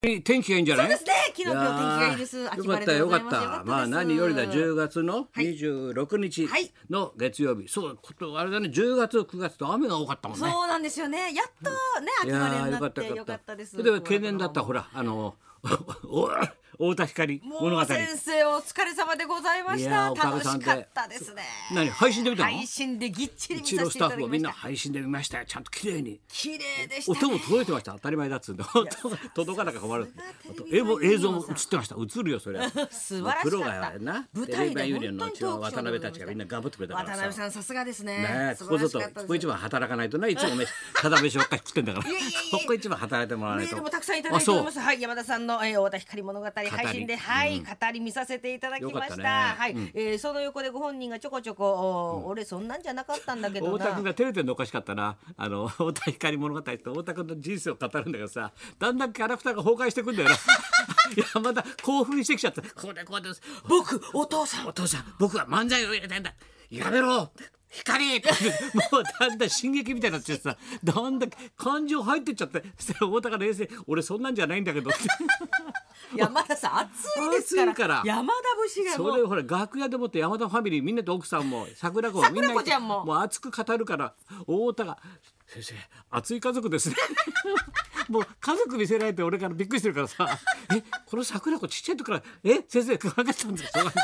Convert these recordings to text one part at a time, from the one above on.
天気がいいんじゃそなういですね。昨日今日天気がいいです。やー秋よか晴っれたでよごかざっいます。た。まあ何よりだ10月のはい26日はいの月曜日、そうことあれだね10月9月と雨が多かったもんね。そうなんですよね。やっとね秋晴れになってよかったです。例えば懸念だったほらあのお 太田光物も語う。先生お疲れ様でございましいやーた。おかげ楽さんでしかったですね。何配信で見たの？配信でぎっちり見一さ郎スせていタたッフだきはまみんしなた。配信で見ましたよちゃんと綺麗に。綺麗でしたね。音も届いてました当たり前だっつうんだ音が 届かなか困るさすがテ映レビものユ映ーザ像ーも映ってました映るよそれは素晴らしかったプロがやるな舞台でテレビ版ユニオンの本当にトークショ渡ーで辺ございましたたちがみんな頑張ってくれたから渡辺さんさすがですね。ねえこ素こ晴ぞらとしかこったこです一。番働かないとねいつも飯ただ飯ばっかり食ってんだからいやいやいやここ一番働いてもらわなメいとールもたくさんいただいております。はい、山田さんの、えー、太田光物語配信で、語りはい、語り見させていただきまよかし。ったたねはい、えーその横でご本人がちょこちょこ、おー俺そんなんじゃなかったんだけあそうど太田君な。が照れてるのおかしかったなあの 太田光物語って太田君の人生を語るんだけどさだんだんキャラクターが崩壊してくんだよな いやまた興奮してきちゃったこうでこうです僕、お父さん。お父さん僕は漫才をやりたいんだやめろ光って もうだんだん進撃みたいになっちゃってさだんだん感情入ってっちゃってそしたら太田が冷静「俺そんなんじゃないんだ けど」って山田さん、暑いですから。暑いから山田節がそもれう。をほら楽屋でもって山田ファミリーみんなと奥さんも桜子もみんな桜子ちゃんももう熱く語るから太田が「先生熱い家族 ですね」もう家族見せられて俺からびっくりしてるからさ「えこの桜子ちっちゃい時からえ先生考えてたんですか?そうなんだ」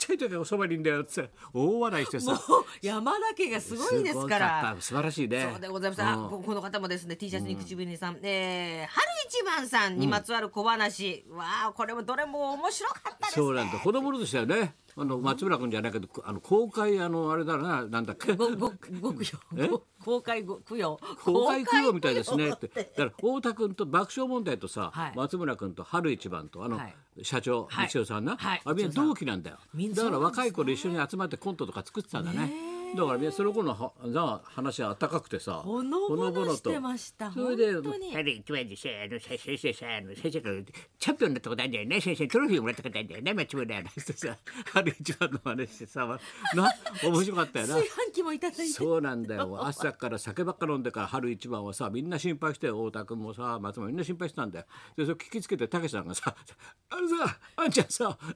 ちっちゃい時からおそばにいるんだよ」って大笑いしてさ。 山田家がすごいですかごらかっ。た素晴らしいねそうでございます。あうんここの方もですね、T シャツに口紅さん、えー春一番さんにまつわる小話。わあ、これもどれも面白かったですそうね。なんだ子供のとしてはねあの松村君じゃないけどあの公開あのあれだななんだっけごごご供養ご公開ご供養 公開供養みたいですねってだから太田君と爆笑問題とさ、はい松村君と春一番とあの、はい社長はい道夫さんな、はいあみんな道夫さん同期なんだよみんなだから若い頃一緒に集まってコントとか作ってたんだねだからみんなその頃のはな話は温かくてさほのぼのしてとましたそれで本当に春一番でさあのさ先生さあの先生からチャンピオンになったことあるんだよね先生トロフィーもらったことあるんだよね松村なんてさ春一番の話してさな面白かったよな炊飯器もいただいてそうなんだよ朝から酒ばっか飲んでから春一番はさみんな心配して太田君もさ松本みんな心配してたんだよでそれ聞きつけてたけしさんがさ「あのさあんちゃんさあ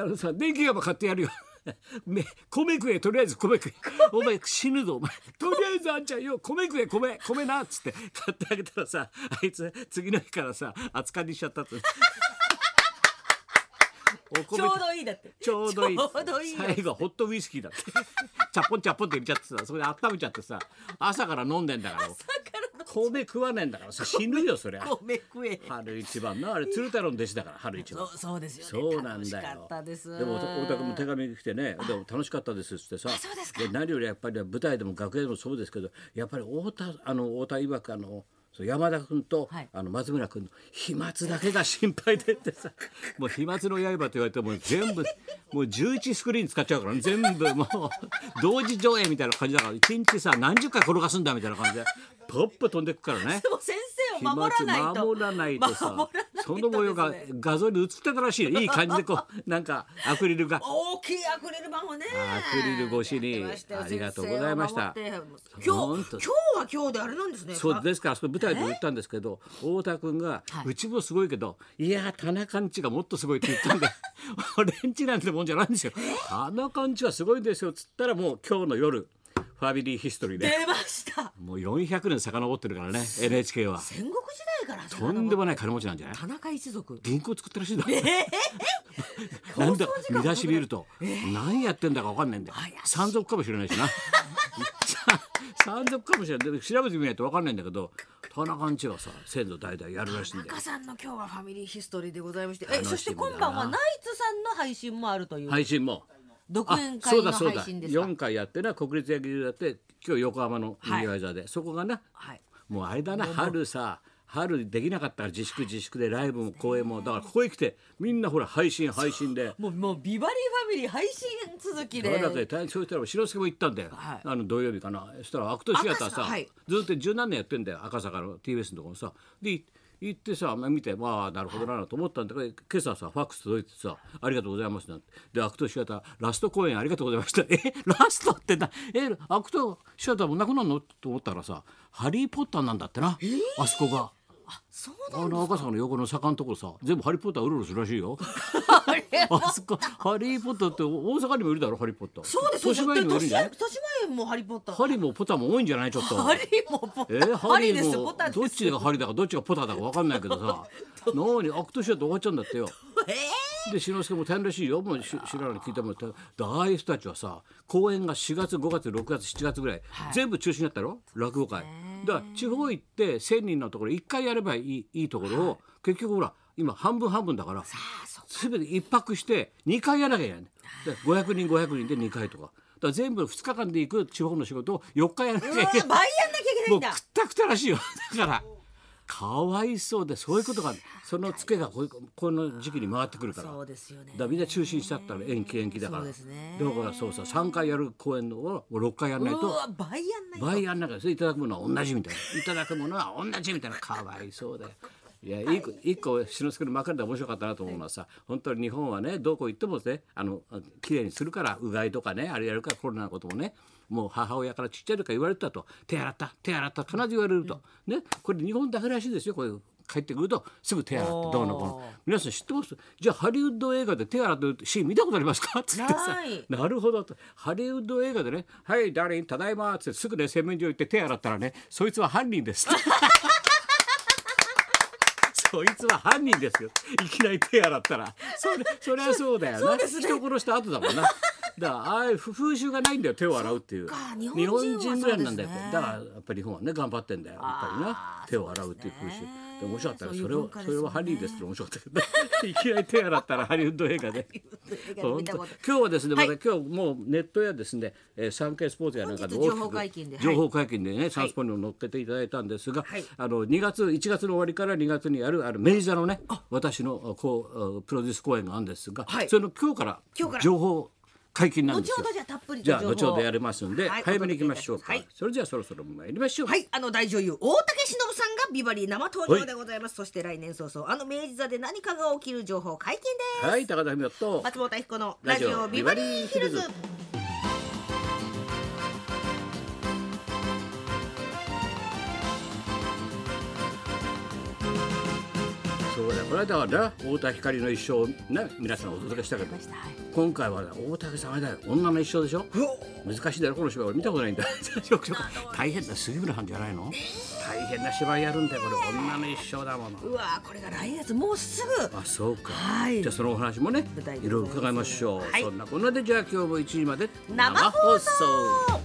あのさ電気釜買ってやるよ」 め米食えとりあえず米 食えお前死ぬぞお前とりあえずあんちゃんよ米食え米米なっつって買ってあげたらさあいつ次の日からさ厚かにしちゃ ったってお米ちょうどいいだってちょうどいいちょうどいいよ最後ホットウイスキーだってチャポンチャポンって見ちゃってさそれで温めちゃってさ朝から飲んでんだから米食わねえんだからさ死ぬよそりゃ米食え春一番なあれ鶴太郎の弟子だから春一そ番うそうですよねそうなん楽しだかよったですも太田君も手紙来てねでも楽しかったですっつってさそうですかで何よりやっぱりね舞台でも楽屋でもそうですけどやっぱり太田あの太田曰くあのそう山田君と、はいあの松村君の飛沫だけが心配でって さもう飛沫の刃と言われてもう全部もう11スクリーン使っちゃうから、ね、全部もう同時上映みたいな感じだから一日さ何十回転がすんだみたいな感じでポップ飛んでくからねで。も先生を飛沫守らないと守らないとさ守らないとですそねの模様が画像に映ってたらしいよいい感じでこ うなんかアクリルが大きいアクリル板をねアクリル越しにやってまたよありがとうございました先生を守って今日ほん今と日は今日であれなんですねそうですからあそこ舞台でも言ったんですけど太田君が、はいうちもすごいけどいやー田中んちがもっとすごいって言ったんで 俺んちなんてもんじゃないんですよ田中んちはすごいんですよっつったらもう今日の夜ファミリーヒストリーで出ましたもう400年遡ってるからね NHK は戦国時代からさとんでもない金持ちなんじゃない田中一族銀行作ったらしいんだ えなんだ放送時間見出し見ると何やってんだかわかんないんだよ怪しい山賊かもしれないし なさ山賊かもしれないで調べてみないとわかんないんだけど田中んちはさ先祖代々やるらしいんだよ中さんの今日はファミリーヒストリーでございまして楽しえみだなそして今晩はナイツさんの配信もあるという、配信も独あ演そ会うのだそう配だ信ですか4回やってな国立野球場だって今日横浜の右側座で、そこがなはいもうあれだな春さ春できなかったから自粛自粛でライブも公演もだからここへ来てみんなほら配信配信でもうもうビバリーファミリー配信続きでだから大そうしたら志の輔も行ったんだよ、はいあの土曜日かなそしたらアクトシアターさ、赤坂はいずっと十何年やってんだよ赤坂の TBS のところさでい行ってさまあ見てまあなるほどなと思ったんだけど、今朝さファックス届いてさ「ありがとうございます」なんてでアクトシアターラスト公演ありがとうございました」え ラストってなえアクトシアターもなくなるのと思ったらさ「ハリー・ポッター」なんだってなあそこが。そうあの赤坂の横の坂のところさ全部ハリー・ポッターうろうろするらしいよあれあそこハリー・ポッターって大阪にもいるだろハリー・ポッターそうですよ。豊島園にもいるんじゃない豊島園もハリーポッター。ハリーもポターも多いんじゃないちょっとハリーもポッタえー。ー、ハリでーすもポターです。どっちがハリーだかどっちがポターだかわかんないけどさ何悪としちゃって終わっちゃうんだってよえで志の輔も大変らしいよもうし知らない聞いたもんだああいう人たちはさ公演が4月5月6月7月ぐらい、全部中止になったろ落語会だから地方行って1,000人のところ1回やればいいいいところを、結局ほら今半分半分だからーあそう全て1泊して2回やらなきゃいけないだから500人500人で2回とかだから全部2日間で行く地方の仕事を4日やらなきゃいけないうわ倍やんなきゃいけないもんうくだっ。たくたらしいよだからかわいそうでそういうことがそのツケがこういうこの時期に回ってくるからそうですよねだからみんな中止にしちゃったら延期延期だからそうですねだからそうさ3回やる公演を6回やらないうとわ倍やんない。倍やんなきゃそれいただくものは同じみたいないただくものは同じみたいなかわいそうだよ。いや一個一個志の輔の幕で面白かったなと思うのはさ本当に日本はねどこ行ってもねあの綺麗にするからうがいとかねあれやるからコロナのこともねもう母親からちっちゃい時から言われてたと手洗った手洗った必ず言われると、ねこれ日本だけらしいですよこういう帰ってくるとすぐ手洗っておーどうのこうの皆さん知ってますじゃあハリウッド映画で手洗ってるシーン見たことありますかつってさないなるほどとハリウッド映画でね「はいダーリンただいま」っつってすぐね洗面所行って手洗ったらね「そいつは犯人 です」そいつは犯人ですよいきなり手洗ったらそれそりゃそうだよな、人殺した後だもんなだからああいう風習がないんだよ手を洗うっていうか日本人はぐらいなんだよ、そうですねだからやっぱり日本はね頑張ってんだよやっぱりあなー手を洗うっていう風習そうですねで面白かったらそういうそれをそ,、文化ですれねはハリーですって面白かったけど いきなり手洗ったらハリウッド映 画で。見本た当こ今と。日はですね、はいまた今日もうネットやですね、えー、産経スポーツやなんかで本大日きく情報解禁ではい情報解禁でね、サンスポにも載っけていただいたんですが、はいあの2月1月の終わりから2月にやるあの明治座のね、私のこうあプロデュース公演があるんですが、はいそれの今日から今日から情報解禁なんで後すよほど。じゃあたっぷりとじ情ゃあ報を後ほどやりますんで、はい早めに行きましょうか、はいそれじゃあそろそろ参りましょう。はい、あの大女優大竹しのぶさんがビバリー生登場でございます。そして来年早々あの明治座で何かが起きる情報解禁です。はい、高田文夫と。松本彦のラジオビバリーヒルズ。そうだこの間はね太田光の一生をね皆さんお届けしたけどましたはい今回はね大竹さんあれだよ女の一生でしょ難しいだろこの芝居俺見たことないん だちょくちょく大変だ杉村さんじゃないの大変な芝居やるんだよこれ女の一生だものうわーこれが来月もうすぐ。あそうか、はいじゃあそのお話もね舞台いでろいろございます伺いましょう、はいそんなこんなでじゃあ今日も1時まで生放送